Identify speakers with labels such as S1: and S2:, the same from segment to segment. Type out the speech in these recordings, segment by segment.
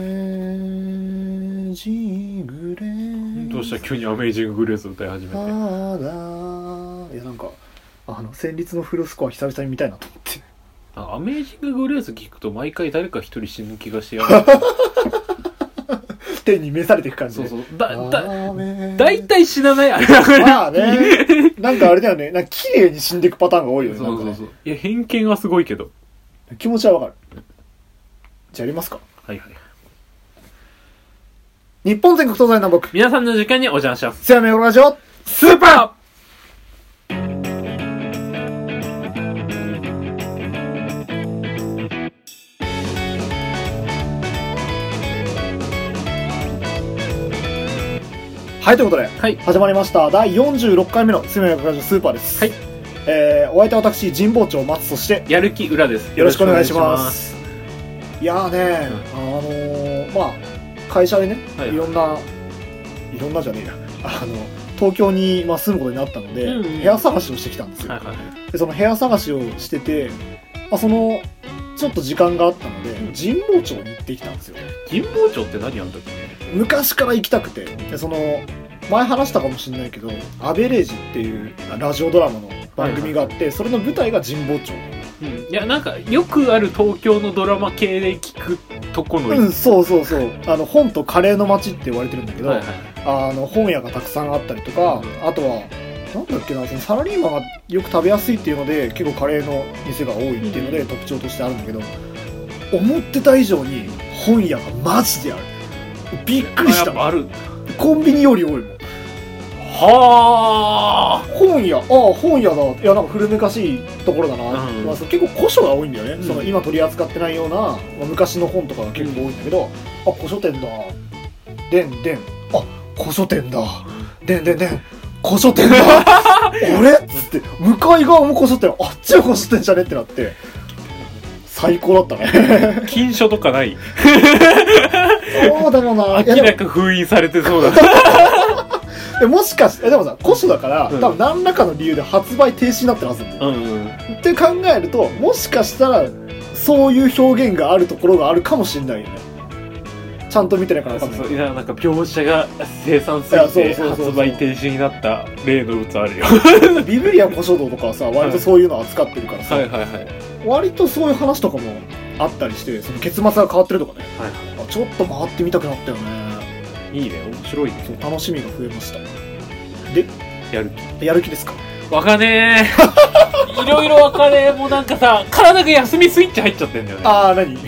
S1: メージグレー
S2: どうした急にアメイジンググレース歌い始めて
S1: ただいやなんかあの旋律のフルスコア久々に見たいなと思って
S2: あアメイジンググレース聞くと毎回誰か一人死ぬ気 がしてやがる
S1: 手に召されていく感じ
S2: そう
S1: で
S2: そうだだ
S1: だ
S2: 大体死なないあれだから
S1: まあねなんかあれだよねなんか綺麗に死んでいくパターンが多いよね
S2: そうそ
S1: な
S2: うん
S1: か
S2: そ
S1: ね
S2: ういや偏見はすごいけど
S1: 気持ちはわかるじゃあやりますか
S2: はいはい
S1: 日本全国東西南北
S2: 皆さんの時間にお邪魔します
S1: せやめおラジオ
S2: スーパ
S1: はいということで
S2: ーはい
S1: 始まりました第46回目の「すみませんスーパー」です
S2: はい
S1: えーお相手は私神保町松そして
S2: やる気裏です
S1: よろしくお願いし
S2: よろ
S1: ま
S2: くお願いし
S1: すいやーねあのーまあ会社でね、、
S2: はいい
S1: ろんないろんなじゃねえやあの東京に、まあ、住むことになったので、
S2: うんうん
S1: 部屋探しをしてきたんですよ、
S2: はいはいはい
S1: でその部屋探しをしてて、まあ、そのちょっと時間があったので、
S2: うん
S1: 神保町に行ってきたんですよ
S2: 神保町って何あんだっけ
S1: 昔から行きたくてでその前話したかもしれないけど「アベレージ」っていうラジオドラマの番組があって、それの舞台が神保町
S2: うんいやなんかよくある東京のドラマ系で聞くとこの、
S1: うんそうそうそうあの本とカレーの街って言われてるんだけど、
S2: はいはい
S1: あの本屋がたくさんあったりとか、あとはなんだっけなそのサラリーマンがよく食べやすいっていうので結構カレーの店が多いっていうので
S2: う
S1: 特徴としてあるんだけど、思ってた以上に本屋がマジであるびっくりし
S2: あやっぱ
S1: た
S2: ある
S1: コンビニより多いもん
S2: は
S1: 本屋ああ本屋だいやなんか古めかしいところだな、
S2: うん
S1: まあ、そう結構古書が多いんだよね、
S2: ん
S1: その今取り扱ってないような、まあ昔の本とかが結構多いんだけど、あ古書店だでんでんあ古書店だでんでんでん古書店だ あれっつって向かい側も古書店あっちも古書店じゃねってなって最高だったね
S2: あ禁書とかない
S1: そうだろう ないや
S2: 明
S1: でも
S2: らか封印されてそうだな
S1: えもしかしてえでもさ古書だから、
S2: うん
S1: 多分何らかの理由で発売停止になってるはずなんだよ
S2: うんうん
S1: って考えるともしかしたらそういう表現があるところがあるかもしれないよねちゃんと見てないから
S2: そ
S1: 分
S2: う
S1: かんな
S2: そう
S1: い
S2: いやなんか業者が生産す
S1: いや
S2: ぎ
S1: そう
S2: て
S1: そうそうそう
S2: 発売停止になった例の物あるよ
S1: ビブリア古書道とかはさ割とそういうの扱ってるからさ、
S2: はいはいはい
S1: 割とそういう話とかもあったりしてその結末が変わってるとかね
S2: は
S1: あちょっと回ってみたくなったよね
S2: いいいね面白いね
S1: そう楽しみが増えました
S2: やる
S1: やる気ですか
S2: 気わかね えいろいろわかねえもうなんかさ体が休みスイッチ入っちゃってんだよね
S1: ああ何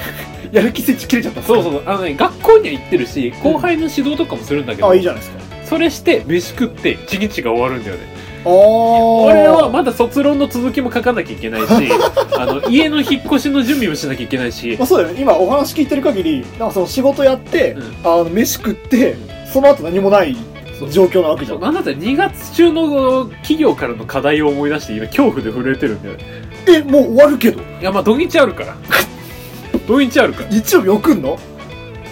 S1: やる気スイッチ切れちゃったんです
S2: そ
S1: か
S2: うそうそうあのね学校には行ってるし後輩の指導とかもするんだけど、
S1: あいいじゃないですか
S2: それして飯食って一日が終わるんだよね
S1: ああ
S2: 俺はまだ卒論の続きも書かなきゃいけないし あの家の引っ越しの準備もしなきゃいけないし
S1: まあ、そうだよね今お話聞いてる限りなんかその仕事やって、
S2: うん
S1: あの飯食ってその後何もない
S2: そう
S1: 状況なわけじゃ
S2: そうんなんだったら2月中の企業からの課題を思い出して今恐怖で震えてるんだよね
S1: えもう終わるけど
S2: いやまあ土日あるから 土日あるから
S1: 日曜日送んの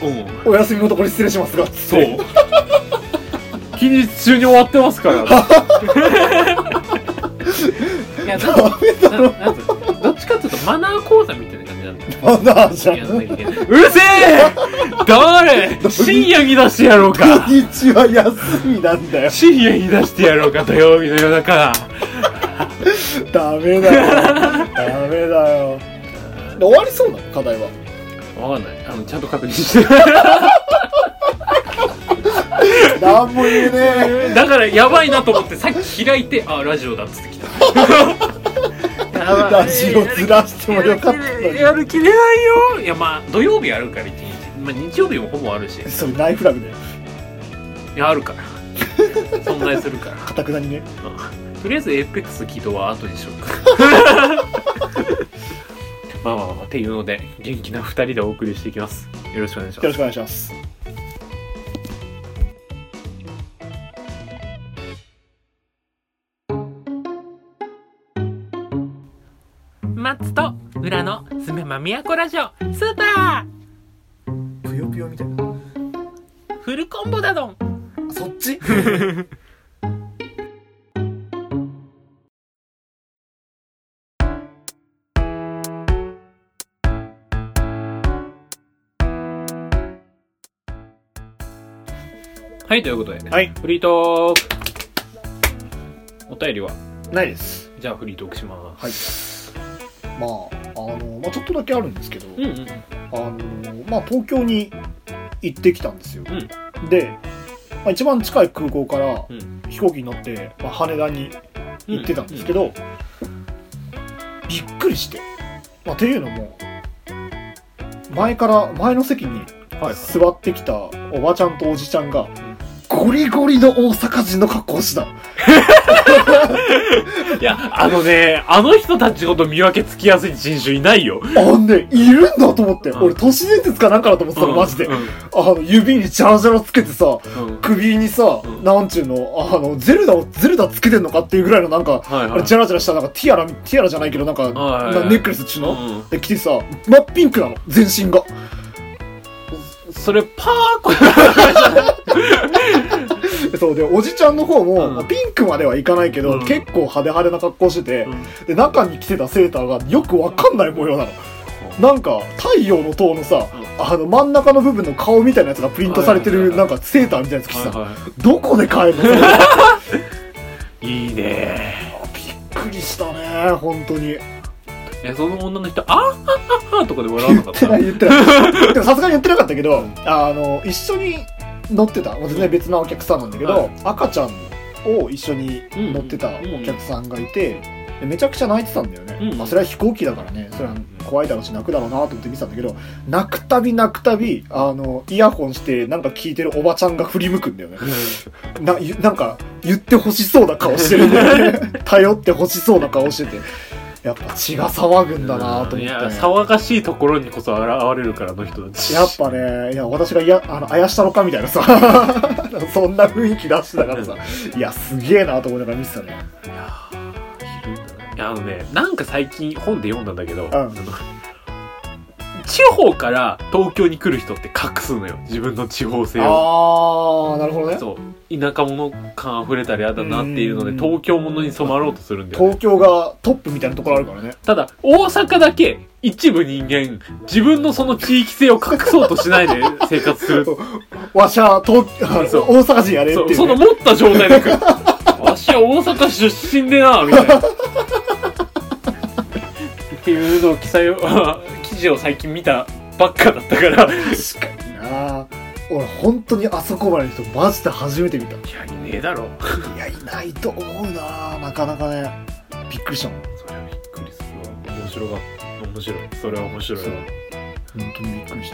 S2: うん
S1: お休みのところ失礼しますがつ
S2: そう近日中に終わってます からいやなん
S1: ダメだ
S2: ななんつうのどっちかっていうとマナー講座みたいな感じなんだよ
S1: マナーじゃ
S2: やんなんきゃいけないうるせえ誰深夜に出してやろうか
S1: 土日は休みなん だよ
S2: 深夜に出してやろうか土曜日の夜中
S1: ダメだよダメだよで終わりそうなの課題は
S2: わかんないあのちゃんと確認して
S1: 何も言えね
S2: だからやばいなと思ってさっき開いてあラジオだっつってきたやばい
S1: ラジオずらしてもよかったのに
S2: やる気出ないよいやまあ土曜日あるから一日、まあ、日曜日もほぼあるし
S1: えそれナイフラグだよ
S2: いやあるから存在するから
S1: かたくなにね
S2: うんとりあえずエペックス起動は後にしようかまあまあまあっていうので元気な2人でお送りしていきますよろしくお願いし
S1: よ
S2: ま
S1: ろ
S2: す
S1: しくお願いします
S2: 松と裏のすめまみやこラジオスーパ
S1: ぷよぷよみたいな
S2: ーフルコンボだどん
S1: そっち
S2: 「はい、ということでね。
S1: はい
S2: フリートーク。お便りは、
S1: ないです
S2: じゃあフリートークします。
S1: はいまああの、まあ、ちょっとだけあるんですけど、
S2: うんうん。
S1: あのまあ、東京に行ってきたんですよ、で、まあ、一番近い空港から
S2: うん
S1: 飛行機に乗って、まあ、羽田に行ってたんですけ
S2: ど。
S1: ど、びっくりして、まあ、っていうのも前から前の席に
S2: はいはい。
S1: 座ってきたおばちゃんとおじちゃんがゴリゴリの大阪人の格好をした
S2: いや、あのね、あの人たちほど見分けつきやすい人種いないよ。
S1: あんねいるんだと思って、
S2: うん
S1: 俺都市伝説かなんかだと思ってたのマジで、
S2: うんうん
S1: あの指にジャラジャラつけてさ
S2: うん
S1: 首にさ、
S2: うん
S1: なんちゅうのあのゼルダをゼルダつけてんのかっていうぐらいのなんか
S2: はい
S1: あ
S2: は
S1: れ
S2: い。
S1: ジャラジャラしたなんかティアラティアラじゃないけどなんか
S2: はいはいはい
S1: なネックレスっちゅうの、
S2: うん
S1: で着てさ真っピンクなの全身が
S2: それ、パーコ
S1: そうでおじちゃんの方も、
S2: うん
S1: まあピンクまではいかないけど、
S2: うん
S1: 結構派手派手な格好してて、
S2: う
S1: で中に着てたセーターがよくわかんない模様なのなんか太陽の塔のさ、
S2: う
S1: あの真ん中の部分の顔みたいなやつがプリントされて
S2: はい
S1: る
S2: はいは
S1: なんかセーターみたいなやつ着てさ、
S2: んは
S1: どこで買えるのそれびっ
S2: いはい。いいね
S1: くりしたね本当 に
S2: え、その女の人、あーはははとかで笑わな
S1: 言っ
S2: かっ
S1: て
S2: た
S1: ない言ってないでもさすがに言ってなかったけど、あの一緒に乗ってたもう全然別なお客さんなんだけど、
S2: はい
S1: 赤ちゃんを一緒に乗ってたお客さんがいて、でめちゃくちゃ泣いてたんだよね、
S2: うん
S1: まあ、それは飛行機だからねそれは怖いだろうし泣くだろうなと思って見てたんだけど泣くたび泣くたびあのイヤホンしてなんか聞いてるおばちゃんが振り向くんだよねなゆなんか言ってほしそうな顔してるんだよ ね頼ってほしそうな顔しててやっぱ血が騒ぐんだなと思って、
S2: いや、騒がしいところにこそ現れるから、あの人たち。
S1: やっぱね、いや、私がいや、あの、あやしたのかみたいなさ、 そんな雰囲気出してたからさ、いや、すげえなと思いながら見てたね。
S2: いやーいるんだないやあのねなんか最近本で読んだんだけど、あの地方から東京に来る人って隠すのよ自分の地方性を
S1: あー、なるほどね。
S2: そう田舎者感あふれたりやだなっていうので
S1: うん
S2: 東京者に染まろうとするんだよ、ね
S1: 東、京がトップみたいなところあるからね。
S2: ただ大阪だけ一部人間自分のその地域性を隠そうとしないで生活する
S1: そうわしゃ、東、 あの
S2: そう
S1: 大阪人やれってい
S2: そう
S1: う、ね。
S2: その持った状態で来る わしは大阪市出身でなみたいなっていうのを記載を 記事を最近見たばっかだったからい
S1: 確かにな俺、本当にあそこまでの人、マジで初めて見た。
S2: やいねえだろ
S1: いや、いないと思うななかなかね。びっくりしたもん。
S2: それはびっくりするわ面白かった面白いそれは面白いわ
S1: 本当にびっくりし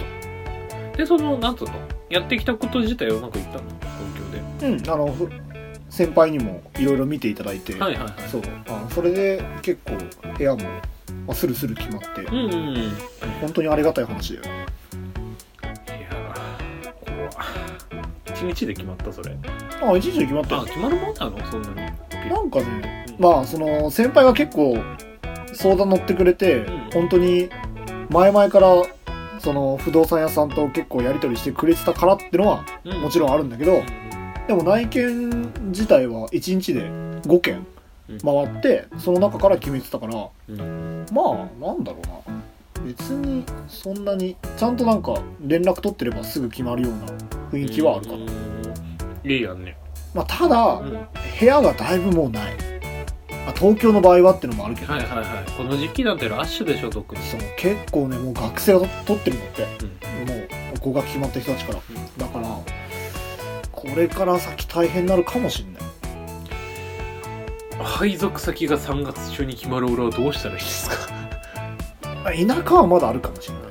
S1: た。
S2: でそのなんつうのやってきたこと自体をうまくいったの東京で
S1: うん、あの、ふ先輩にもいろいろ見ていただいて、
S2: はいはいはい
S1: そうあそれで結構部屋も、まあ、スルスル決まって
S2: うんうんうんいや
S1: 本当にありがたい話だよ
S2: ー怖一日で決まったそれ
S1: あ一時で決まった
S2: あ
S1: よ
S2: 決まるもんなのそんなに
S1: なんかね
S2: うん
S1: まあその先輩が結構相談乗ってくれて、
S2: うん
S1: 本当に前々からその不動産屋さんと結構やり取りしてくれてたからってのは
S2: う
S1: もちろんあるんだけどでも内見自体は1日で5件
S2: うん
S1: 回ってその中から決めてたから
S2: うん
S1: まあなんだろうな別にそんなにちゃんとなんか連絡取ってればすぐ決まるような雰囲気はあるかな、
S2: な。いいやんね。
S1: まあ、た
S2: う
S1: だ
S2: ん。
S1: 部屋がだいぶもうない、あ、東京の場合はってのもあるけど、
S2: はいはいはい。この時期なんてラッシュでしょ、特に。
S1: そう結構ねもう学生が取ってるんだって
S2: うん。
S1: もう合格決まった人たちからだからこれから先大変になるかもしんない
S2: 配属先が3月中に決まる俺はどうしたらいいですか
S1: あ田舎はまだあるかもしんない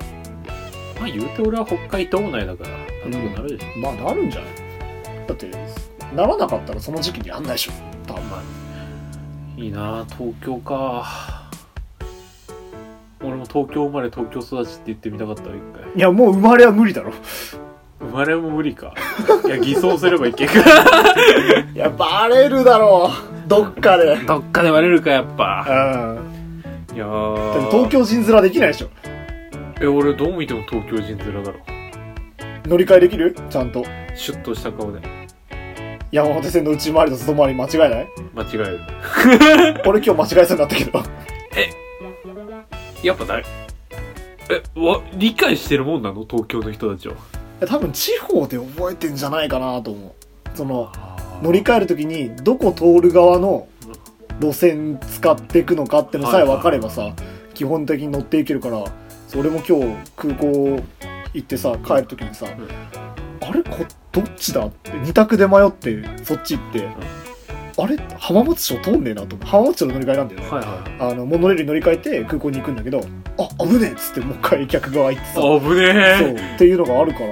S2: まあ言うて俺は北海道内だから、なんとかなるでしょ。
S1: まあなるんじゃないだってならなかったらその時期にやんないでしょ多分
S2: まあ、いいなあ東京か。俺も東京生まれ東京育ちって言ってみたかったわ、一回。
S1: いやもう生まれは無理だろ
S2: 生まれも無理 か。いや、偽装すればいけんか。
S1: いや、バレるだろう。どっかで。うん。
S2: どっかで割れるか、やっぱ。い
S1: で
S2: や
S1: も
S2: ー
S1: 東京人面できないでしょ。
S2: え、俺どう見ても東京人面だろ。
S1: 乗り換えできるちゃんと。
S2: シュッとした顔で。
S1: 山手線の内回りと外回り間違えない
S2: 間違える
S1: 俺今日間違えそうになったけど。
S2: やっぱだいえわ理解してるもんなの東京の人たちを
S1: 多分地方で覚えてんじゃないかなと思う。その乗
S2: 乗
S1: り換える時にどこ通る側の路線使っていくのかってのさえ分かればさ基本的に乗っていけるからそれも今日空港行ってさ帰る時にさ、
S2: ん
S1: あれこどっちだって2択で迷ってそっち行って、あれ浜松町通んねえなと思って浜松町の乗り換えなんだよね、
S2: はいはい
S1: あのモノレールに乗り換えて空港に行くんだけどあ危ねえっつってもう一回客側行ってさ
S2: あぶね
S1: そう
S2: え
S1: っていうのがあるから
S2: へ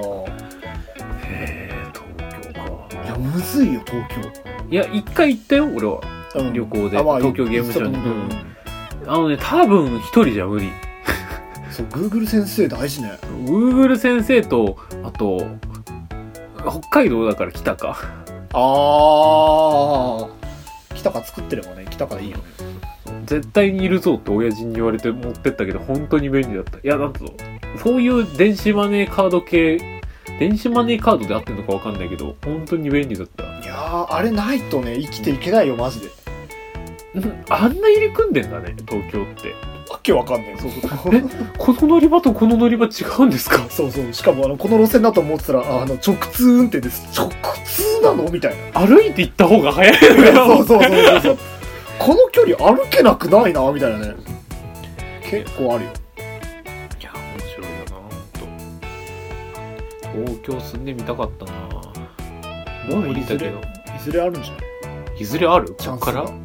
S2: え東京
S1: い
S2: か
S1: やむずいよ東
S2: いや一回行ったよ俺は
S1: 京、うん
S2: 旅行で
S1: あまあ
S2: 東京ゲームショウに
S1: 行ってたと思うけど
S2: あのね多分一人じゃ無理
S1: そう、Google 先生大事ね。
S2: Google 先生とあと北海道だから来たか
S1: ああ。北か作ってればね、北かでいいよね。
S2: 絶対にいるぞって親父に言われて持ってったけど本当に便利だったいやなんとそういう電子マネーカード系電子マネーカードで合ってるのかわかんないけど本当に便利だった
S1: いやー、あれないとね、生きていけないよ、マジで。
S2: ん あんな入り組んでんだね東京って
S1: わけわかんない。そうそう。 え
S2: この乗り場とこの乗り場違うんですか
S1: そうそう。しかも、あの、この路線だと思ってたら、ああの、直通運転です。直通なのみたいな。
S2: 歩いて行った方が早いの よ
S1: そうそうそうそうそう。この距離歩けなくないな、みたいなね。結構あるよ。
S2: いや面白いよなほんと東京住んでみたかったなもう無理だけど
S1: いずれあるんじゃない
S2: いずれある
S1: チ
S2: こ
S1: ャ
S2: っ
S1: ンス
S2: か
S1: が
S2: ら
S1: うん。い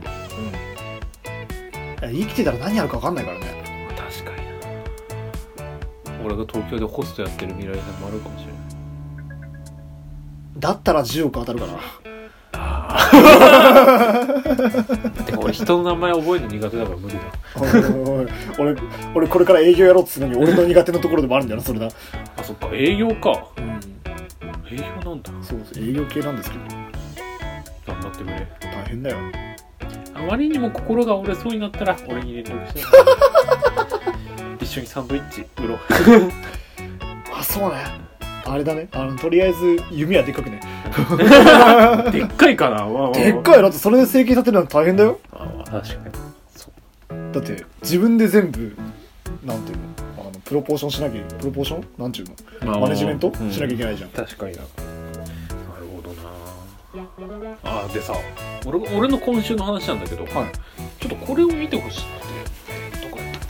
S1: や生きてたら何あるかわかんないからね。
S2: 確かにな俺が東京でホストやってる未来さんもあるかもしれない
S1: だったら10億当たるかな。
S2: ああてか俺人の名前覚えるの苦手だから無理だ
S1: おいおいおい 俺俺これから営業やろうっつうのに俺の苦手なところでもあるんだよなそれな、
S2: あそっか営業か
S1: うん、
S2: 営業なんだ
S1: そうそう営業系なんですけど
S2: 頑張ってくれ
S1: 大変だよ
S2: あまりにも心が折れそうになったら俺に連絡して 一緒にサンドイッチ売ろう
S1: あそうねあれだねあのとりあえず弓はでっかくね
S2: でっかいかな、まあまあまあ
S1: でっかいよだってそれで成形立てるのは大変だよ
S2: あまあ確かにそう
S1: だって自分で全部なんていうのあのプロポーションしなきゃプロポーションなんていうの
S2: まあ
S1: マネジメント、
S2: うん
S1: しなきゃいけないじゃん
S2: 確かにななるほどなあでさ俺俺の今週の話なんだけど、
S1: はい
S2: ちょっとこれを見てほしくてどこやったっ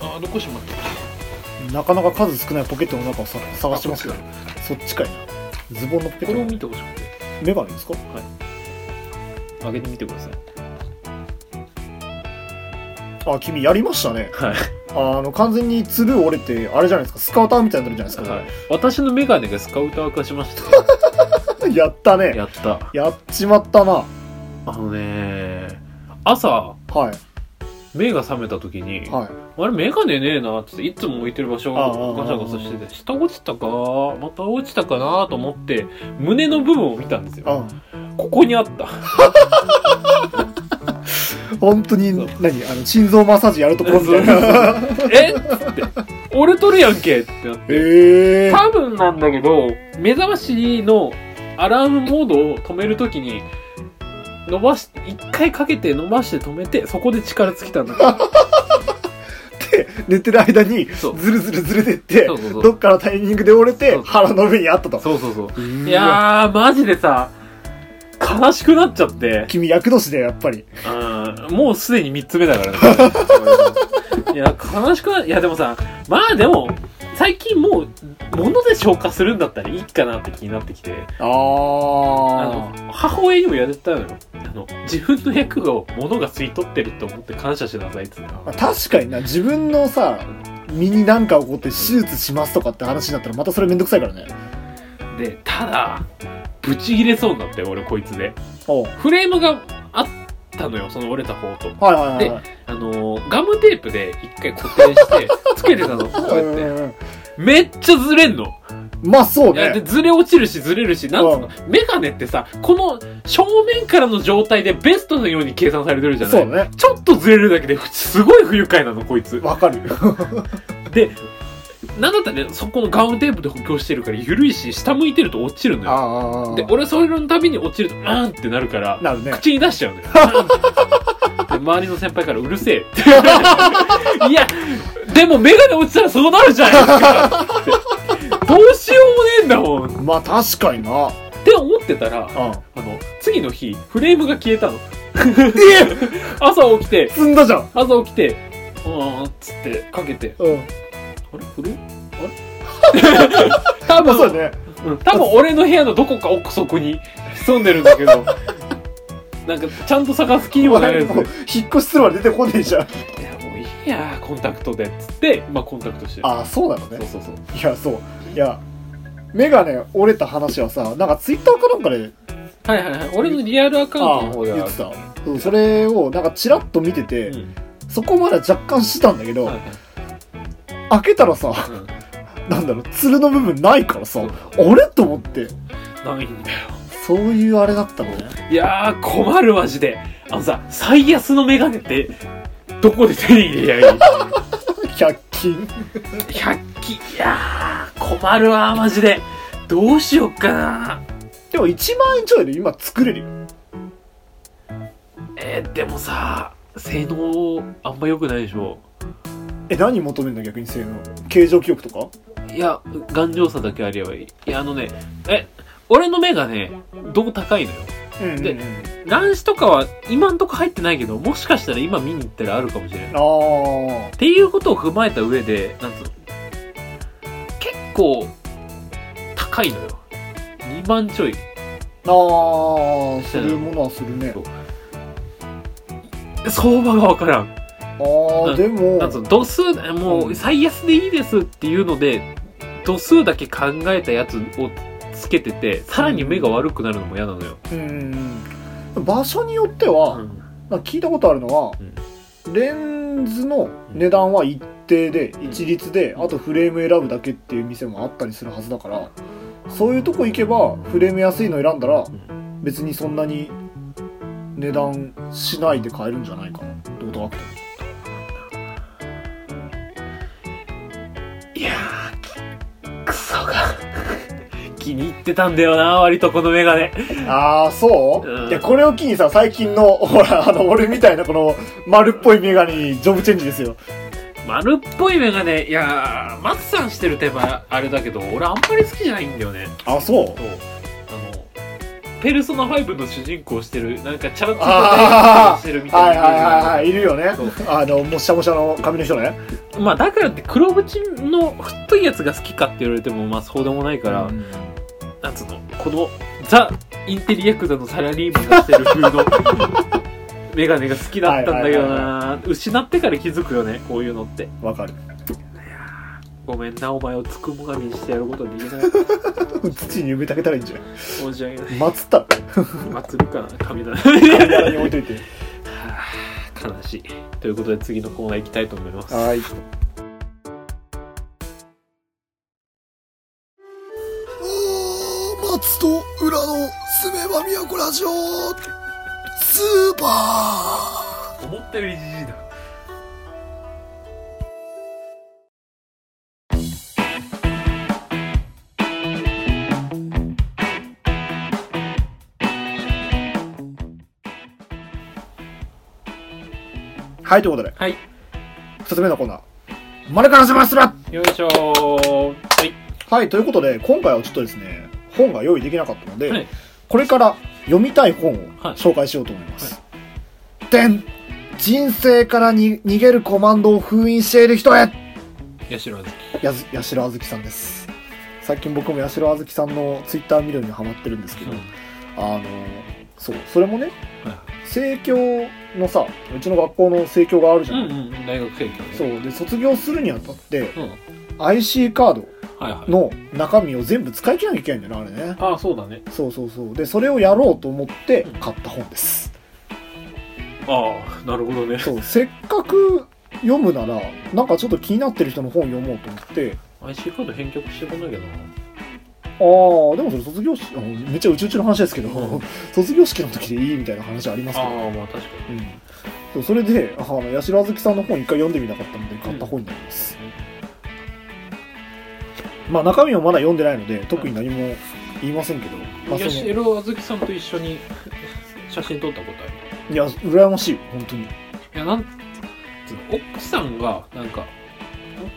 S2: けなあどこしまったっ
S1: なかなか数少ないポケットの中をさ探してますけど
S2: あ
S1: そっちかいなズボンのポケ
S2: けこれを
S1: ット
S2: 見てほしくて
S1: メガネですか
S2: 上げてみてください
S1: あ君やりましたね
S2: はい、
S1: あの完全につる折れてあれじゃないですかスカウターみたいになるじゃないですか、
S2: はい、私のメガネがスカウター化しました
S1: やったね
S2: やった
S1: やっちまったな
S2: あのね朝
S1: はい
S2: 目が覚めた時に、
S1: はい
S2: あれ、メガネねえなっつって、いつも置いてる場所が
S1: ああああ
S2: ガシャガシャしてて、下落ちたか、また落ちたかなと思って、胸の部分を見たんですよ。
S1: あ
S2: ここにあった。
S1: 本当に
S2: そう
S1: 何あの心臓マッサージやるところみたいな
S2: えっつって、俺取るやんけってなって。
S1: ええー、
S2: 多分なんだけど、目覚ましのアラームモードを止めるときに、伸ばし、一回かけて伸ばして止めて、そこで力尽きたんだ。
S1: 寝てる間に
S2: そう
S1: ずるずるずれてって
S2: そうそうそう
S1: どっかのタイミングで折れて
S2: そう
S1: 腹の上にあったと
S2: そうそうそうう。
S1: ー
S2: いやー、マジでさ、悲しくなっちゃって。
S1: 君役年だよやっぱり
S2: うんもうすでに3つ目だからね。いや、悲しくない。いや、でもさ、まあでも、最近もう、物で消化するんだったらいいかなって気になってきて、
S1: あ
S2: あ
S1: あ
S2: の、母親にもやれたのよ。あの、自分の役を物が吸い取ってると思って感謝しなさいって言った
S1: まあ確かにな自分のさ身に何か起こって手術しますとかって話になったらまたそれめんどくさいからね
S2: ので、ただ、ブチ切れそうになったよ、俺こいつで。
S1: おう
S2: フレームがあったのよ、その折れた方と。
S1: はいはいはいはい
S2: あの、ガムテープで一回固 定して、つけてたの。こう
S1: う
S2: や
S1: ん
S2: って。
S1: うんうん
S2: めっちゃずれんの。
S1: まあそう
S2: いやで
S1: ね
S2: ずれ落ちるしずれるしなんつうの、メガネってさこの正面からの状態でベストのように計算されてるじゃな
S1: そう
S2: い
S1: ね
S2: ちょっとずれるだけでふすごい不愉快なのこいつ
S1: わかる
S2: でなんだったらねそこのガムテープで補強してるから緩いし下向いてると落ちるの よ
S1: ああ
S2: で俺それのたびに落ちるとうーんってなるから
S1: なるね
S2: 口に出しちゃうのよ で周りの先輩からうるせえって いやでもメガネ落ちたらそうなる じゃないですかってどうしようもねえんだもん
S1: まあ確かにな
S2: って思っってた
S1: う
S2: ら、
S1: ん。
S2: あの、次の日、フレームが消えたの。
S1: え
S2: 朝起きて、
S1: 積んだじゃん。
S2: 朝起きて、うーん、つって、かけて、
S1: うん。
S2: あれフレーム あれ多
S1: まあ、そう
S2: 分、
S1: だね。
S2: うん多分俺の部屋のどこか奥底に潜んでるんだけど、なんか、ちゃんと探す気にもなれず、い
S1: もう引っ越しするまで出てこねえじゃん。
S2: や、もういいや、コンタクトで、つって、まあ、コンタクトしてる。
S1: ああ、そうなの
S2: そう
S1: ね。
S2: そうそう。
S1: いや、そう。いや、メガネ折れた話はさ、なんかツイッターかなんかで、
S2: はいはいはい。俺のリアルアカウントの方では
S1: 言ってた。うん、それをなんかチラッと見てて、
S2: うん
S1: そこまで若干してたんだけど、
S2: はいはい
S1: 開けたらさ、
S2: うん
S1: なんだろう、つるの部分ないからさ、
S2: そう
S1: あれと思って、
S2: ないんだよ。
S1: そういうあれだったのね。
S2: いやー、困るマジで。あのさ、最安のメガネって、どこで手に入れりゃいい
S1: 100均。
S2: ?100 均。いやー、困るわ、マジで。どうしよっかな。
S1: でも1万円ちょいで今作れるよ。
S2: えー、でもさ、性能、あんま良くないでしょ。
S1: え、何求めるんだ逆に性能。形状記憶とか
S2: いや、頑丈さだけあればいい。いや、あのね、え、俺のメガネ、どう高いのよ。
S1: うんうん、うん
S2: で。乱視とかは、今んとこ入ってないけど、もしかしたら今見に行ったらあるかもしれない。
S1: ああ。
S2: っていうことを踏まえた上で、なんつうの、結構、高いのよ。2万ちょい。
S1: ああ、するものはするね
S2: そう。相場がわからん。
S1: あ
S2: う
S1: あ、
S2: ん
S1: でも、
S2: なんつうの、度数、も
S1: う
S2: う、
S1: ん
S2: 最安でいいですっていうので、度数だけ考えたやつをつけてて、さらに目が悪くなるのも嫌なのよ。
S1: うん。場所によっては、なんか聞いたことあるのは、レンズの値段は一定で、一律で、あとフレーム選ぶだけっていう店もあったりするはずだから、そういうとこ行けば、フレーム安いの選んだら、別にそんなに値段しないで買えるんじゃないかな。どうとなくても。
S2: いやー、クソが。 気に入ってたんだよな、割とこのメガネ。
S1: ああ、そう、
S2: うん
S1: いや、これを機にさ、最近の、 ほら、あの、俺みたいなこの丸っぽいメガネにジョブチェンジですよ。
S2: 丸っぽいメガネいやー松さんしてる手前あれだけど俺あんまり好きじゃないんだよね
S1: あ、そう
S2: そうあのペルソナ5の主人公してるなんかチャラつ
S1: あー
S2: してるみた
S1: はいい
S2: な
S1: はいはいはい、いるよね
S2: そう。
S1: あの、もっしゃもしゃの髪の人ね。
S2: まあだからって黒縁の太いやつが好きかって言われてもまあそうでもないから、
S1: うん
S2: なんつうのこのザ・インテリヤクザのサラリーマンがしてる風の メガネが好きだったんだけど
S1: はい
S2: な失ってから気づくよねこういうのって
S1: わかる。
S2: ごめんなお前をつくもがみにしてやることはできない
S1: 土に埋めてあげたらいいんじゃな
S2: 申し訳ない
S1: い祀ったら、
S2: 祭るかな神だな
S1: 神棚に置いといて。
S2: 悲しいということで次のコーナー行きたいと思います
S1: はい。松と裏のすめば都ラジオスーパ
S2: 思ったよりじじいだ
S1: ーはい、ということで、
S2: はい
S1: 二つ目のコーナー。マルカの島すら
S2: よいしょーはい
S1: はい、ということで、今回はちょっとですね、本が用意できなかったので、
S2: はい
S1: これから読みたい本を
S2: はい
S1: 紹介しようと思います。でん人生からに逃げるコマンドを封印している人へ
S2: 八代あず
S1: やず八代あずきさんです。最近僕も八代あずきさんのツイッター見るのにハマってるんですけ
S2: き
S1: ど、
S2: うん
S1: あの、そう、それもね、
S2: は
S1: 生協のさ、うちの学校の生協があるじゃ
S2: い
S1: ない、
S2: うんうん大学生協ね
S1: そう、で、卒業するにあたって、
S2: うん
S1: IC カー
S2: はいは
S1: ド
S2: い
S1: の中身を全部使い切らなきゃいけないんだよな、あれね。
S2: ああそうだね
S1: そうそうそうでそれをやろうと思って買った本です
S2: ああなるほどね
S1: そうせっかく読むならなんかちょっと気になってる人の本読もうと思って
S2: IC カード返却してこなきゃ
S1: あ
S2: な
S1: あでもそれ卒業式あめっちゃうちうちの話ですけど、
S2: うん
S1: 卒業式の時でいいみたいな話ありますけど
S2: ああまあ確か
S1: うんそうそれであの八代あずきさんの本一回読んでみなかったので買った本になります、まあ中身をまだ読んでないので特に何も言いませんけど、まあ、
S2: に
S1: その
S2: 八代あずきさんと一緒に写真撮ったことある
S1: いや羨ましい本当に
S2: いやなんつうの奥さんがなんか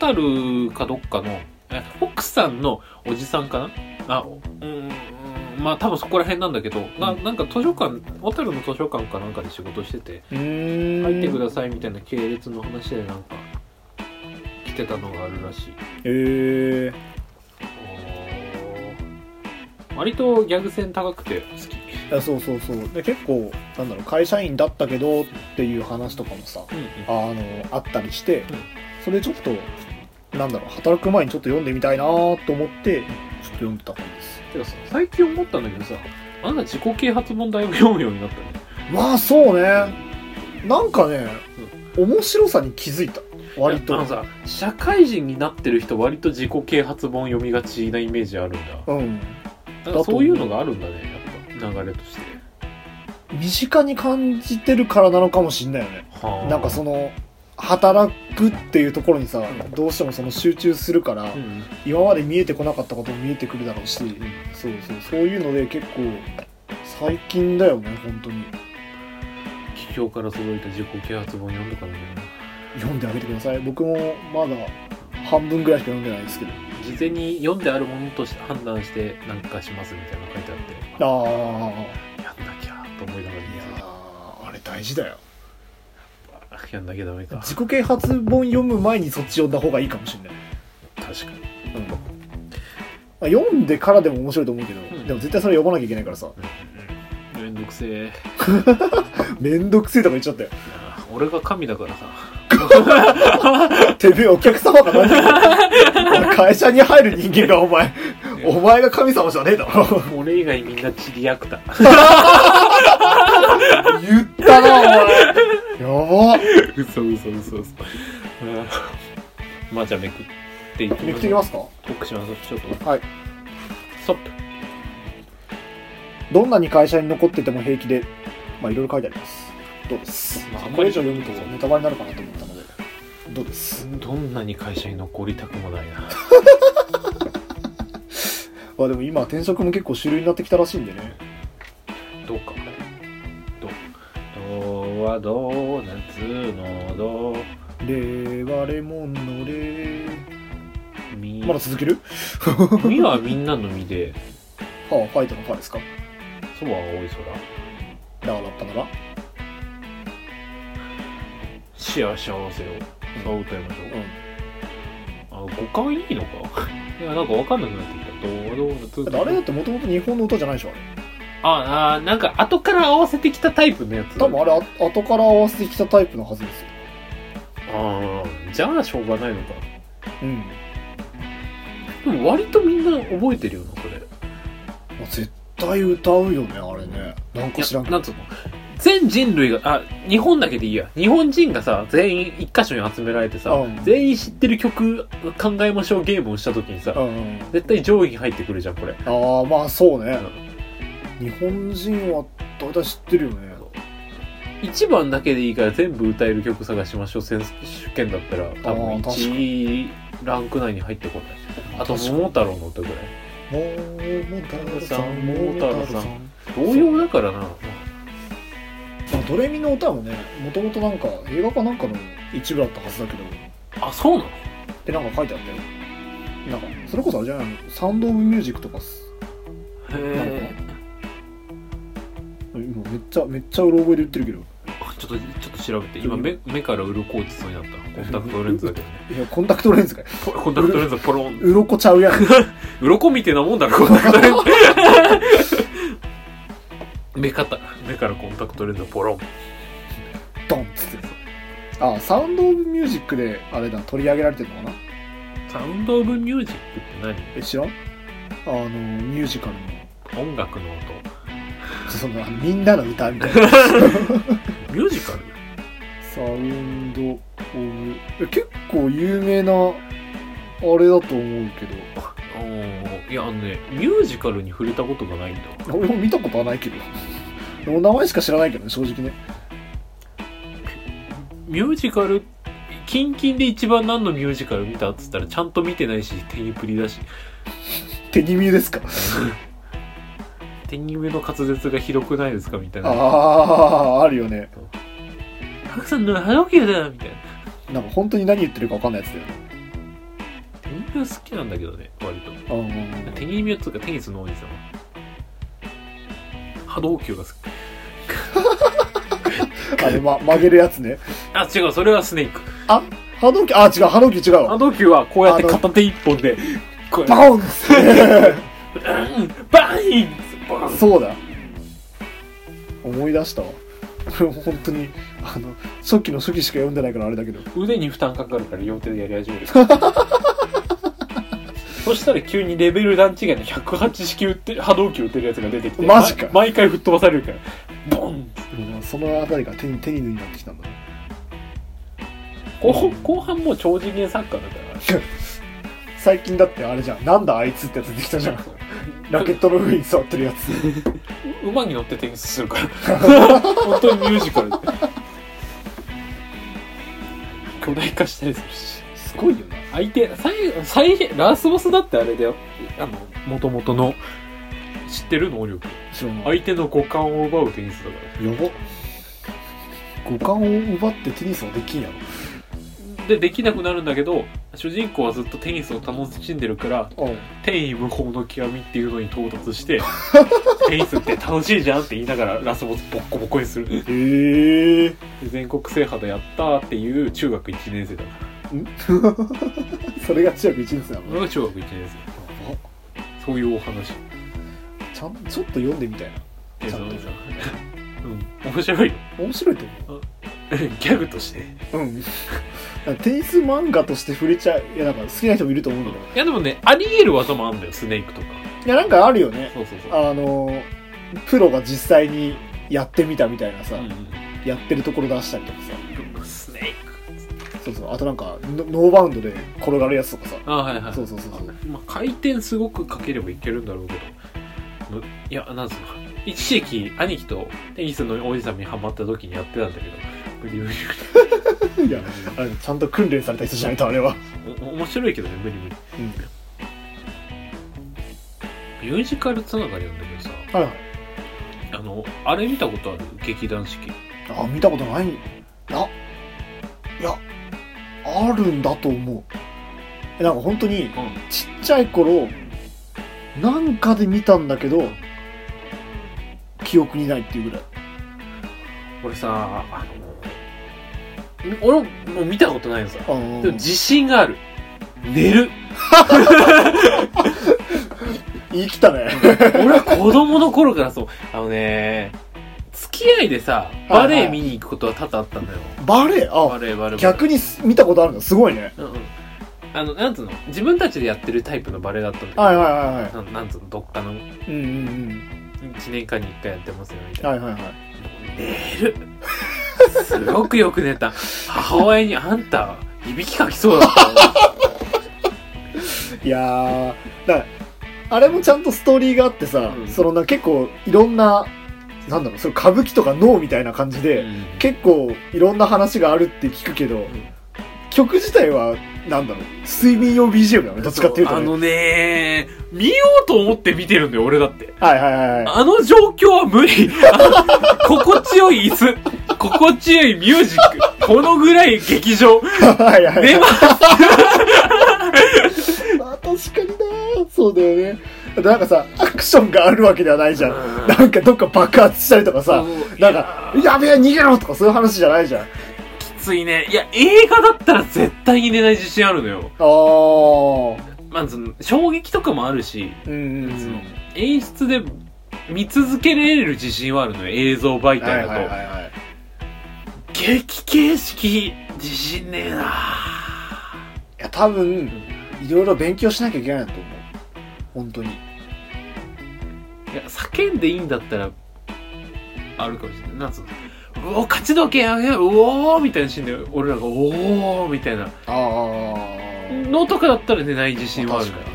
S2: 小樽かどっかのえ奥さんのおじさんかなあおうんうんまあ多分そこら辺なんだけど、ななんか図書館小樽の図書館かなんかで仕事してて
S1: うーん
S2: 入ってくださいみたいな系列の話でなんか来てたのがあるらしい
S1: え
S2: 割とギャグ線高くて好き
S1: ー、あそうそうそうで結構なんだろう会社員だったけどっていう話とかもさあのあったりして、
S2: ん
S1: それちょっとなんだろう働く前にちょっと読んでみたいなと思ってちょっと読んでた本です
S2: てかさ最近思ったんだけどさあんな自己啓発本だいぶ読むようになったね
S1: まあそうねなんかね面白さに気づいた割と
S2: いやあのさ社会人になってる人割と自己啓発本読みがちなイメージあるんだ
S1: うん
S2: なんかそういうのがあるんだねやっぱ流れとして
S1: 身近に感じてるからなのかもしんないよね
S2: は
S1: なんかその働くっていうところにさどうしてもその集中するから、
S2: うん
S1: 今まで見えてこなかったことも見えてくるだろうし、そうそうそういうので結構最近だよね本当に
S2: 企業から届いた自己啓発本読んでかな
S1: 読んであげてください僕もまだ半分ぐらいしか読んでないですけど
S2: 事前に読んであるものとして判断してなんかしますみたいなの書いてあって
S1: ああ
S2: やんなきゃと思いながら
S1: いやーあれ大事だよ
S2: やんなきゃダメか
S1: 自己啓発本読む前にそっち読んだ方がいいかもしれない、
S2: 確かに
S1: うんまあ読んでからでも面白いと思うけど、
S2: ん
S1: でも絶対それ読まなきゃいけないからさ
S2: めんどくせえ
S1: めんどくせえとか言っちゃったよ
S2: な俺が神だからさ
S1: てめえお客様か何 だよ会社に入る人間がお前お前が神様じゃねえだろ
S2: 俺以外みんなチリアクタ
S1: 言ったなお前やば
S2: 嘘嘘嘘嘘まあじゃあめくっていき
S1: めく
S2: ま
S1: っ
S2: して
S1: いうき
S2: ょ
S1: ますか
S2: トックしますちょっと
S1: はい
S2: ストップ
S1: どんなに会社に残ってても平気でまあいろいろ書いてありますどうです、
S2: まあ
S1: これ以上読むとネタバレになるかなと思ったのでどうです
S2: どんなに会社に残りたくもないな
S1: まあでも今転職も結構主流になってきたらしいんでね
S2: どうかどうどうはドーナツのど
S1: 令和レモンの令
S2: み
S1: まだ続ける
S2: みはみんなのみで
S1: パワーファイトのパーですか
S2: そばは青い空
S1: だからラッパなら
S2: 幸せをそう歌いましょう
S1: う
S2: あ五感いいのか いやなんかわかんなくなってきたどうどうどうどうん
S1: だってあれだってもともと日本の歌じゃないでしょあれ
S2: ああなんか後から合わせてきたタイプのやつ
S1: 多分あれあ後から合わせてきたタイプのはずですよ
S2: ああじゃあしょうがないのか
S1: うん、
S2: でも割とみんな覚えてるよなそれ
S1: まあ、絶対歌うよねあれねなんか知らん
S2: い
S1: けど
S2: やなんつうの全人類があ日本だけでいいや日本人がさ全員一箇所に集められてさ、
S1: うん
S2: 全員知ってる曲考えましょうゲームをした時にさ、
S1: うんうん
S2: 絶対上位に入ってくるじゃんこれ
S1: ああまあそうね、日本人は大体知ってるよね
S2: 1番だけでいいから全部歌える曲探しましょう選手権だったら多分
S1: あー確かに
S2: 1ランク内に入ってこないあと「
S1: 確かに
S2: 桃太郎」の歌ぐらい
S1: 桃太郎さん
S2: 桃
S1: 桃
S2: 太
S1: 太
S2: 郎
S1: 郎
S2: さ
S1: さ
S2: ん
S1: ん、
S2: 童謡だからな
S1: まあ、ドレミの歌もねもともとなんか映画かなんかの一部だったはずだけど
S2: あそうなの
S1: でなんか書いてあったよなんかそれこそあれじゃないのサウンド・オブ・ミュージックとかす
S2: へ
S1: 今めっちゃめっちゃうろ覚えで言ってるけど
S2: えちょっとちょっと調べて今目目から鱗落ちそうになったコンタクトレンズだけどね
S1: いやコンタクトレンズかよ
S2: ポ コンタクトレンズポロン
S1: うろこちゃうやん
S2: 鱗みてえなもんだろコンタクトレンズ 目方目からコンタクトレンズポロン
S1: ドンっつってあサウンド・オブ・ミュージックであれだ取り上げられてるのかな
S2: サウンド・オブ・ミュージックって
S1: え知らんあのミュージカルの
S2: 何音楽の音
S1: そのみんなの歌みたいな
S2: ミュージカル
S1: サウンド・オブえ結構有名なあれだと思うけど
S2: おーいやあのねミュージカルに触れたことがないんだ
S1: 俺も見たことはないけど でも名前しか知らないけどね正直ね
S2: ミュージカルキンキンで一番何のミュージカル見たっつったらちゃんと見てないし手にプリだし
S1: 手に見えですか
S2: 手に上の滑舌がひどくないですかみたい
S1: あ
S2: な
S1: ああるよね
S2: 「たくさんのハローキューだ!」みたい
S1: な
S2: な
S1: んか本当に何言ってるか分かんないやつだよね
S2: 手に上好きなんだけどね割と
S1: うんうんうん
S2: 手に上っつうかテニスの王子様可動球が好き
S1: あれ、ま、曲げるやつね。
S2: あ違うそれはスネーク
S1: 波動球、あ、違う、波動球違うわ。
S2: 可動球はこうやって片手一本でこうやっ
S1: バコンって
S2: てうんバインバン
S1: そうだ。思い出したわ。これも本当に、あの、初期の初期しか読んでないからあれだけど。
S2: 腕に負担かかるから両手でやり始める そしたら急にレベル段違いの108式打って波動球打てるやつが出てきて
S1: マジか
S2: ま毎回吹っ飛ばされるからボ
S1: も
S2: ン
S1: うそのあたりが手に、手に縫いになってきたんだね。
S2: 後後半もう超次元サッカーだから
S1: 最近だってあれじゃん。なんだあいつってやつ出てきた じゃん。ラケットの上に座ってるやつ。
S2: う馬に乗ってテニスするから本当にミュージカルで巨大化したりするし
S1: すごいよね。
S2: 相手最最ラスボスだってあれだよあの元々の知ってる能力
S1: 知らない。
S2: 相手の五感を奪うテニスだから
S1: やば。五感を奪ってテニスはできんやろ。
S2: でできなくなるんだけど主人公はずっとテニスを楽しんでるから
S1: うん。
S2: 天意無法の極みっていうのに到達してテニスって楽しいじゃんって言いながらラスボスボッコボコにする
S1: へえ。
S2: 全国制覇でやったーっていう中学1年生だ
S1: それが中学1年生なの
S2: それが中学1年生そういうお話
S1: ちゃんちょっと読んでみたいな
S2: え
S1: ちゃ
S2: そ
S1: ん
S2: う
S1: と
S2: そううん面白いよ
S1: 面白いと
S2: ギャグとして
S1: 思ううんテニス漫画として触れちゃういやなんか好きな人もいると思うんだけど
S2: いやでもねあり得る技もあるんだよスネークとか
S1: いやなんかあるよね
S2: そうそうそう
S1: あのプロが実際にやってみたみたいなさ、
S2: うんうん
S1: やってるところ出したりとかさ
S2: スネーク
S1: そうそうあとなんかノノーバウンドで転がるやつとかさ
S2: あはいはい
S1: そうそうそうそう
S2: まあ、回転すごくかければいけるんだろうけどむいやなんつうの一時期兄貴とテニスのおじさんにハマった時にやってたんだけど無理無理
S1: い やあれちゃんと訓練された人じゃないとあれは
S2: 無理お面白いけどね無理無理
S1: うん
S2: ミュージカルつながりなんだけどさ
S1: はいはい
S2: あのあれ見たことある劇団四季
S1: あ見たことないあいやあるんだと思うえなんか本当に
S2: う
S1: ちっちゃい頃なんかで見たんだけど記憶にないっていうぐらい
S2: ん俺さあのん俺もう見たことないのさ
S1: あの
S2: でも自信がある寝 る
S1: 言い切ったね
S2: 俺は子供の頃からそうあのね付き合いでさバレエ見に行くことは多々あったんだよ、
S1: バレエあ
S2: バレーバレー
S1: 逆にす見たことあるのすごいね
S2: うんうんあのなんつうの自分たちでやってるタイプのバレーだったんだけど、
S1: はいはいはいは
S2: ななんつうのどっかの
S1: いうんうん
S2: 1年間に1回やってますよ
S1: うん
S2: みたいな、
S1: はいはいはい
S2: 寝るすごくよく寝た母親に「あんたいびきかきそうだった
S1: いやーだからあれもちゃんとストーリーがあってさ、
S2: うん
S1: そのな結構いろんななんだろうそれ歌舞伎とか脳みたいな感じで、
S2: わ」
S1: 結構いろんな話があるって聞くけど、曲自体はなんだろう睡眠用 BGM だよねどっちかっていう
S2: そう
S1: と
S2: あ
S1: ね
S2: のね見ようと思って見てるんだよ俺だって
S1: はいはいはいはい
S2: あの状況は無理 あの心地よい椅子心地よいミュージックこのぐらい劇場
S1: はいはいはい
S2: 寝ます
S1: まあ確かになそうだよねだってなんかさアクションがあるわけではないじゃん
S2: うん
S1: なんかどっか爆発したりとかさ
S2: そう
S1: なんか「やべえ逃げろ!」とかそういう話じゃないじゃんあ
S2: きついねいや映画だったら絶対に寝ない自信あるのよ
S1: あー
S2: まず衝撃とかもあるし
S1: うんうんうん
S2: 演出で見続けられる自信はあるのよ映像媒体
S1: はい
S2: だ
S1: はい
S2: と、
S1: はいはい
S2: 劇形式自信ねえない
S1: や多分いろいろ勉強しなきゃいけないんだと思う本当に
S2: いや叫んでいいんだったらあるかもしれないなんつうのうお勝ち時計あげうおーみたいなシーンで俺らがおおみたいな
S1: ああ
S2: のとかだったら寝ない自信はあるから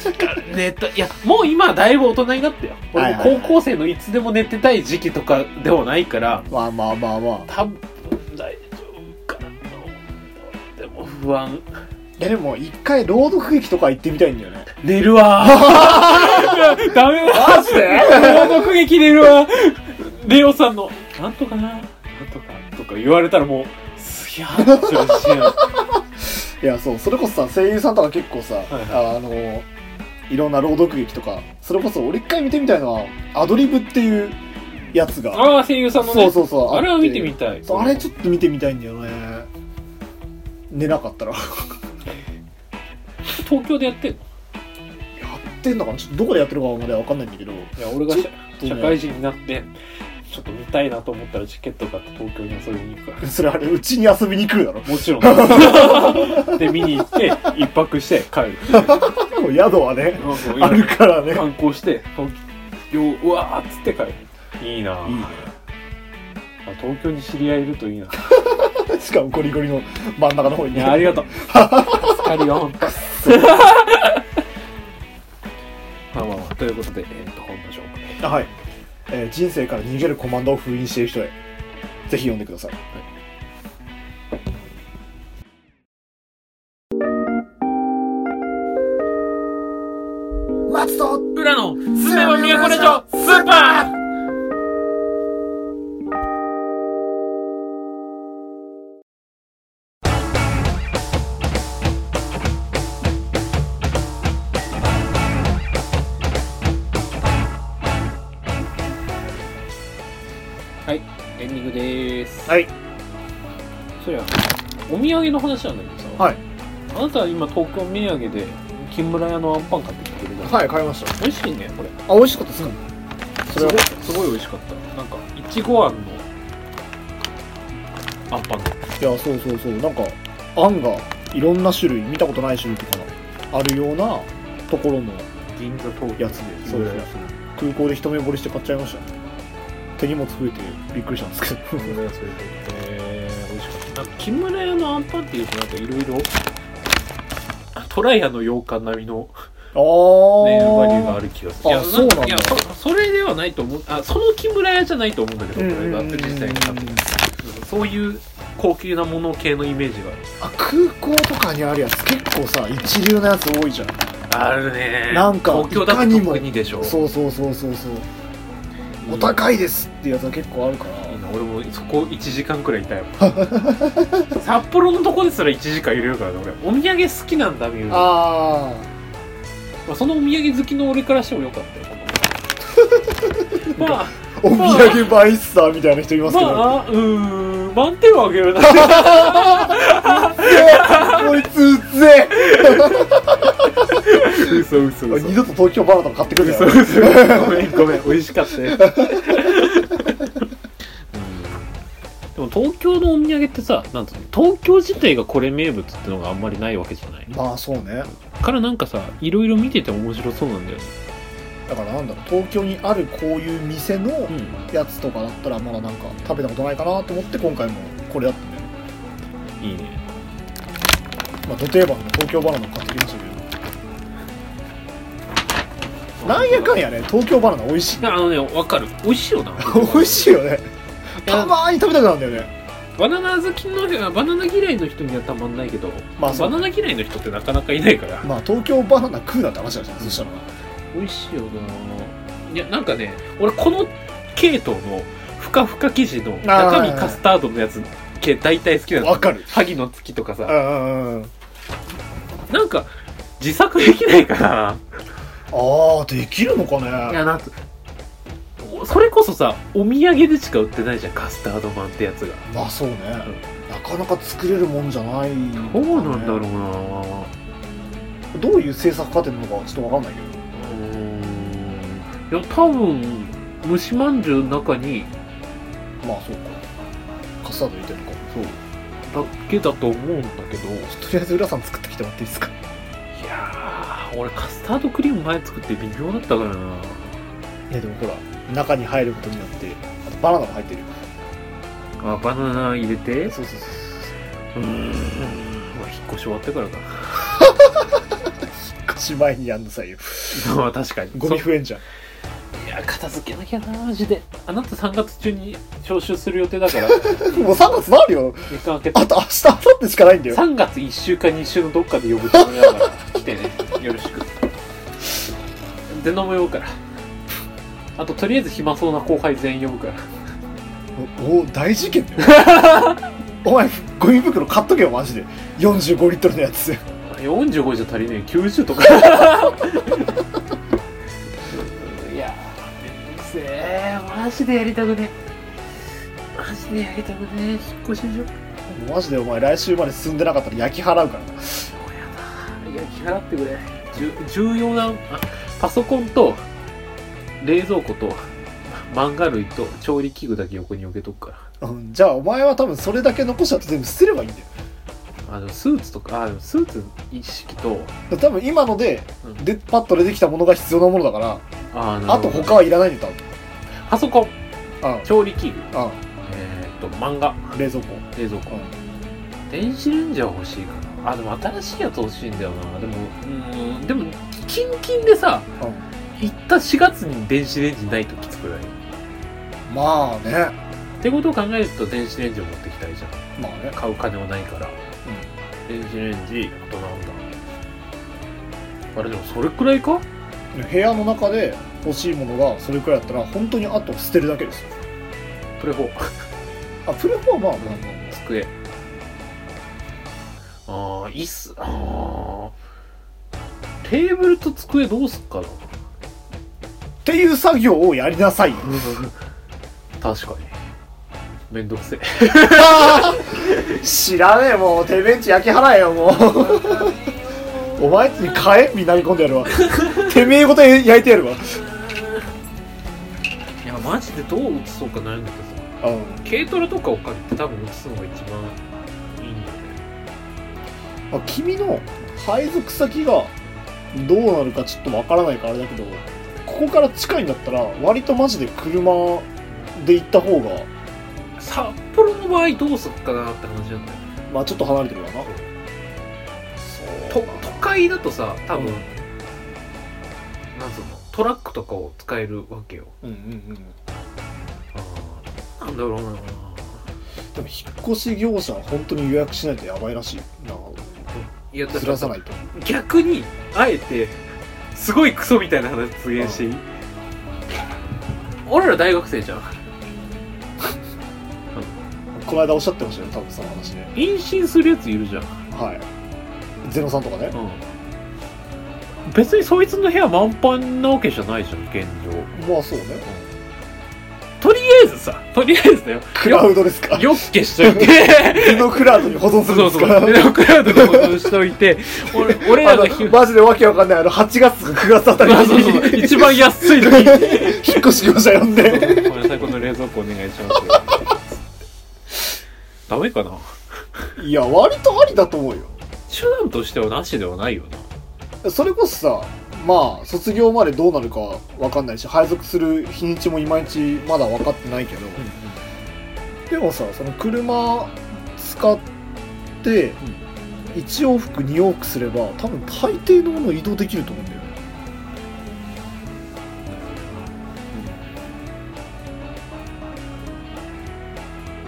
S2: 寝たいやもう今はだいぶ大人になったよ俺も
S1: はいはいはい
S2: 高校生のいつでも寝てたい時期とかではないから
S1: まあまあまあまあ
S2: 多分大丈夫かなでも不安
S1: いやでも一回朗読劇とか行ってみたいんだよね
S2: 寝るわー ダメだ
S1: マジで
S2: 朗読劇寝るわレオさんの「なんとかななんとか」とか言われたらもうすげえって自信ある
S1: いやそうそれこそさ声優さんとか結構さ、
S2: はいは
S1: あのいろんな朗読劇とかそれこそ俺一回見てみたいのはアドリブっていうやつが
S2: ああ声優さんのね
S1: そうそうそう
S2: あれは
S1: って
S2: 見てみたい
S1: そうあれちょっと見てみたいんだよね寝なかったら や
S2: 東京でやってんの
S1: ってんのかなちょっとどこでやってるかまでは分かんないんだけど
S2: いや俺がしゃ
S1: ちょっとね
S2: 社会人になってちょっと見たいなと思ったらチケット買って東京に遊びに行く から
S1: それあれうちに遊びに来るだろ
S2: もちろんで見に行って一泊して帰 る
S1: もう宿はね
S2: なんかいいな
S1: あるからね
S2: 観光して東京うわーっつって帰るいいなあ
S1: いいね
S2: 東京に知り合いいるといいな
S1: しかもゴリゴリの真ん中の方に
S2: い やありがとう助かるよ本当 まあまあまあということで、えー、と本場紹介
S1: あはい、えー人生から逃げるコマンドを封印している人へぜひ読んでください、松と
S2: 裏のす
S1: すめば都根城
S2: スーパーはいエンディングでーす
S1: はい
S2: そうやお土産の話なんだけどさ、
S1: はい
S2: あなたは今東京土産で金村屋のアンパン買ってきてくれたの
S1: はい買いました
S2: 美味しいねこれ
S1: あ美味しかったですか、それは
S2: すごいすごい美味しかったなんかいちごあんのアンパンが
S1: いやそうそうそうなんかあんがいろんな種類見たことない種類とかなあるようなところの
S2: 銀座東
S1: やつでそうそう空港で一目惚れして買っちゃいました手荷物増えてびっくりしたん ですけど
S2: 金村屋それでえー、美味しかったなんか金村屋のアンパンっていうとなんかいろいろトライアの羊羹並みの
S1: ああ
S2: ネイルバリューがある気がする
S1: あ
S2: いや
S1: そうなんだ
S2: いやそそれではないと思うあその木村屋じゃないと思うんだけど
S1: うん
S2: これが実際に多分そういう高級なもの系のイメージ
S1: あ空港とかにあるやつ結構さ一流のやつ多いじゃん
S2: があるね
S1: なんか
S2: 東京だと
S1: いかにも
S2: 特にでしょ
S1: そうそうそうそうそうお
S2: い
S1: 高いですっていうやつが結構あるから
S2: いな俺もそこ1時間くらいいたよ 札幌のとこですら1時間いるからね俺お土産好きなんだみゆま
S1: あ
S2: あそのお土産好きの俺からしてもよか ったよまあ
S1: あお土産バイスターみたいな人います
S2: ま
S1: けど、
S2: あうーん満点をあげるな
S1: えーこいつうぜ
S2: 嘘嘘
S1: え二度と東京バナナ買ってくる
S2: 嘘
S1: よ
S2: 嘘ごめんごめん美味しか ったよでも東京のお土産ってさなんつうの東京自体がこれ名物ってのがあんまりないわけじゃない
S1: まあそうね
S2: からなんかさいろいろ見てて面白そうなんだよね
S1: だからなんだろう東京にあるこういう店の
S2: う
S1: やつとかだったらまだなんか食べたことないかなと思って今回もこれだったんだよね
S2: んいいね
S1: まあ土定番の東京バナナ買ってきましたけどなんやかんやね東京バナナ美味しい
S2: あのねわかる美味し いよな
S1: 美味しいよね
S2: いや
S1: たまーに食べたくなるんだよね
S2: バナナ好きの人がバナナ嫌いの人にはたまんないけど、
S1: まあそ
S2: バ
S1: う
S2: ナナ嫌いの人ってなかなかいないから
S1: まあ東京バナナ食うなって話だじゃんそしたら
S2: 美味しいよないやなんかね俺この系統のふかふか生地の
S1: あー
S2: 中身カスタードのやつ系大体好きなの
S1: わかる
S2: 萩の月とか
S1: う
S2: さ
S1: んうんうん
S2: なんか自作できないかな
S1: ああできるのか
S2: い
S1: ね
S2: やなんかおそれこそさお土産でしか売ってないじゃんカスタードマンってやつが
S1: まあそうねなかなか作れるもんじゃない
S2: どうなんだろうな、
S1: どういう制作過程なのかはちょっとわかんないけ
S2: うーんいや多分蒸しまんじゅうの中に
S1: どまあそうかカスタード入れてるのか
S2: そうだけだと思うんだけどい
S1: とりあえず浦さん作ってきてもらっていいですか
S2: やー俺カスタードクリーム前作って微妙だったからな
S1: ねでもほら中に入ることによってあとバナナも入ってるよ
S2: あバナナ入れてう
S1: そうそうそうそ
S2: ーんまあ引っ越し終わってからか
S1: う少し前にやんなさいよ
S2: な まあ確かに
S1: ゴミ増えんじゃん
S2: そういや片付けなきゃなマジであなた3月中に招集する予定だから
S1: もう3月なるよ
S2: 時間空けて
S1: あと明日明後日しかないんだよ
S2: 3月1週か2週のどっかで呼ぶつもりだから来 てねよろしくで飲むよからあととりあえず暇そうな後輩全員呼ぶから
S1: おお大事件だよお前ゴミ袋買っとけよマジで45リットルのやつ
S2: 45じゃ足りねえ90とかマジでやりたくねえマジでやりたくねえ引っ越し所
S1: マジでお前来週まで進んでなかったら焼き払うからな
S2: やだいや気払ってくれじゅ重要なあパソコンと冷蔵庫と漫画類と調理器具だけ横に置けとくから
S1: うんじゃあお前は多分それだけ残したと全部捨てればいいんだよ
S2: あのスーツとかあでもスーツ一式と
S1: だから多分今ので
S2: うん
S1: でパッと出てきたものが必要なものだから
S2: あな
S1: あ
S2: る
S1: と
S2: ほど
S1: 他はいらないんだよ
S2: パソコン
S1: 多分
S2: 調理器具
S1: うんう
S2: えー、っと漫画
S1: ん冷蔵庫
S2: 冷蔵庫
S1: う
S2: 電子レンジは欲しいかなあでも新しいやつ欲しいんだよなでもうんでもキンキンでさ
S1: ん、うん、
S2: 行った4月に電子レンジないときつくない
S1: まあね
S2: ってことを考えると電子レンジを持ってきたいじゃん
S1: まあね
S2: 買う金はないから、電子レンジあとなんだあれでもそれくらいか
S1: 部屋の中で欲しいものがそれくらいだったら本当にあと捨てるだけですよ
S2: プレフォ
S1: あプレフォーマーまあまあま
S2: 机ああ椅子ああテーブルと机どうすっかな
S1: あ っていう作業をやりなさいよ
S2: 確かにめんどく せえ
S1: 知らねえもうてめえんち焼き払えよもうお前んちに火炎瓶投げ込んでやるわてめえごと焼いてやるわ
S2: いやマジでどう映そうか悩んだけどさ
S1: うん
S2: 軽トラとかを借りて多分映すのが一番いいんだよね
S1: あ君の配属先がどうなるかちょっとわからないからあれだけどここから近いんだったら割とマジで車で行った方が
S2: 札幌の場合どうすっかなって話なんだよね
S1: まあちょっと離れてるわな
S2: と
S1: そう
S2: 都会だとさ多分、
S1: うん
S2: なんつうのトラックとかを使えるわけよ
S1: うんうんうん
S2: なんだろうな
S1: でも引っ越し業者は本当に予約しないとやばいらしいない
S2: やだ
S1: ず
S2: から
S1: ら
S2: さ
S1: さないと
S2: 逆にあえてすごいクソみたいな話出現していい、俺ら大学生じゃん
S1: この間おっしゃってましたよね多分その話ね
S2: 妊娠するやついるじゃん、
S1: はいゼノさんとかね
S2: 別にそいつの部屋満帆なわけじゃないじゃん現状
S1: まあそうね
S2: とりあえずさとりあえずだよ
S1: クラウドですか
S2: よっ消しとい て
S1: ゼノクラウドに保存するん
S2: そ
S1: です
S2: うそう。
S1: か
S2: でクラウドで保存しといて、俺俺ら
S1: あ
S2: が
S1: の
S2: ひ、
S1: マジでわけわかんないあの8月とか9月あたり
S2: そうそうそう
S1: に
S2: 一番安 いのに。
S1: 引っ越し業者呼んで
S2: ごめんなさい、この冷蔵庫お願いしますよ。ダメかない
S1: や割とありだと思うよ
S2: 手段としてはなしではないよな。
S1: それこそさまあ卒業までどうなるかわかんないし配属する日にちもいまいちまだ分かってないけど、でもさその車使って1往復2往復すれば多分大抵のものを移動できると思うんだよね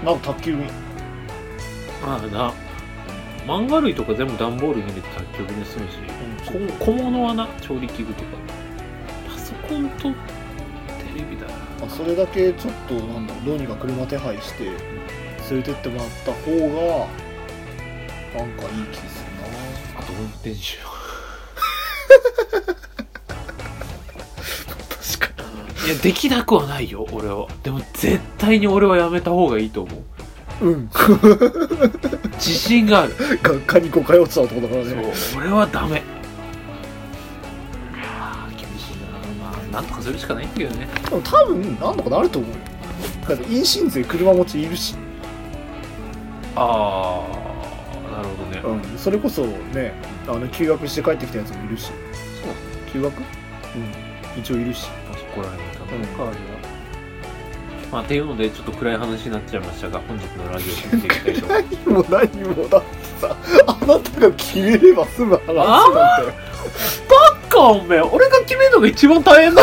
S1: なんか宅急便
S2: まあな。漫画類とか全部段ボールに入れて卓球に済むし、こ小物はな、調理器具とか。パソコンとテレビだな。
S1: まあそれだけちょっとなんだろうどうにか車手配して連れてってもらった方がなんかいい気するな
S2: あと運転手
S1: 確か
S2: いや、できなくはないよ、俺は。でも、絶対に俺はやめた方がいいと思う。
S1: にうん
S2: 自信がある。
S1: 学科に誤解落ちた男だから
S2: そう
S1: ね、
S2: 俺はダメ。いやー厳しいなまあ、なんとかするしかないんだけどね。
S1: でも多分なんとかなると思うよだって妊娠税車持ちいるし、
S2: あー、なるほどね。
S1: うん、それこそねあの休学して帰ってきたやつもいるし
S2: そう
S1: 休学うん一応いるし
S2: あそこら辺かな、代わりは。まあ、っていうので、ちょっと暗い話になっちゃいましたが、本日のラジオを聞いていきたいと思います。
S1: 何も何もだってさあなたが決めれば済む話なんだよ
S2: そっか、おめえ、俺が決めるのが一番大変だ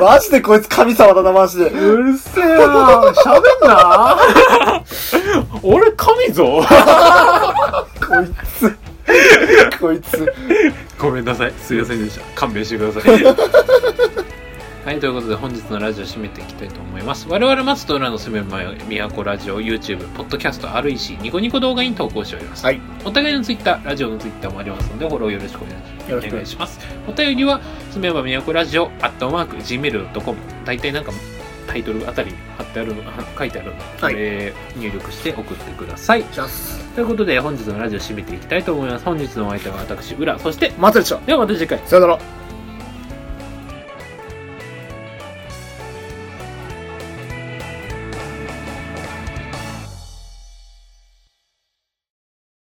S1: マジでこいつ神様だなマジで
S2: うるせえな喋んな 俺神ぞ
S1: こいつこいつ
S2: ごめんなさいすいませんでした勘弁してくださいはい、ということで本日のラジオ締めていきたいと思います。我々松と浦の住める前、都ラジオ、YouTube、ポッドキャスト、REC、ニコニコ動画に投稿しております。
S1: はい
S2: お互いの Twitter、ラジオの Twitter もありますので、フォローよろしくお願いします。
S1: よろし
S2: お
S1: く
S2: 願いします。お便りは、住めば都ラジオ、アットマーク、gmail.com。大体なんか、タイトルあたりに貼ってあるの、書いてあるので、
S1: は
S2: こ
S1: い
S2: れ入力して送ってください。
S1: じゃあす
S2: ということで、本日のラジオ締めていきたいと思います。本日のお相手は私、浦、そして、
S1: またでした
S2: ではまた次回。
S1: さよなら